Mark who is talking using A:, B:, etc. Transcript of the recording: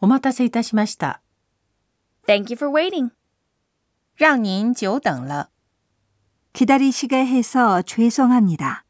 A: お待たせいたしました。
B: Thank you for waiting. 让您久等了。
C: 기다리시게 해서 죄송합니다.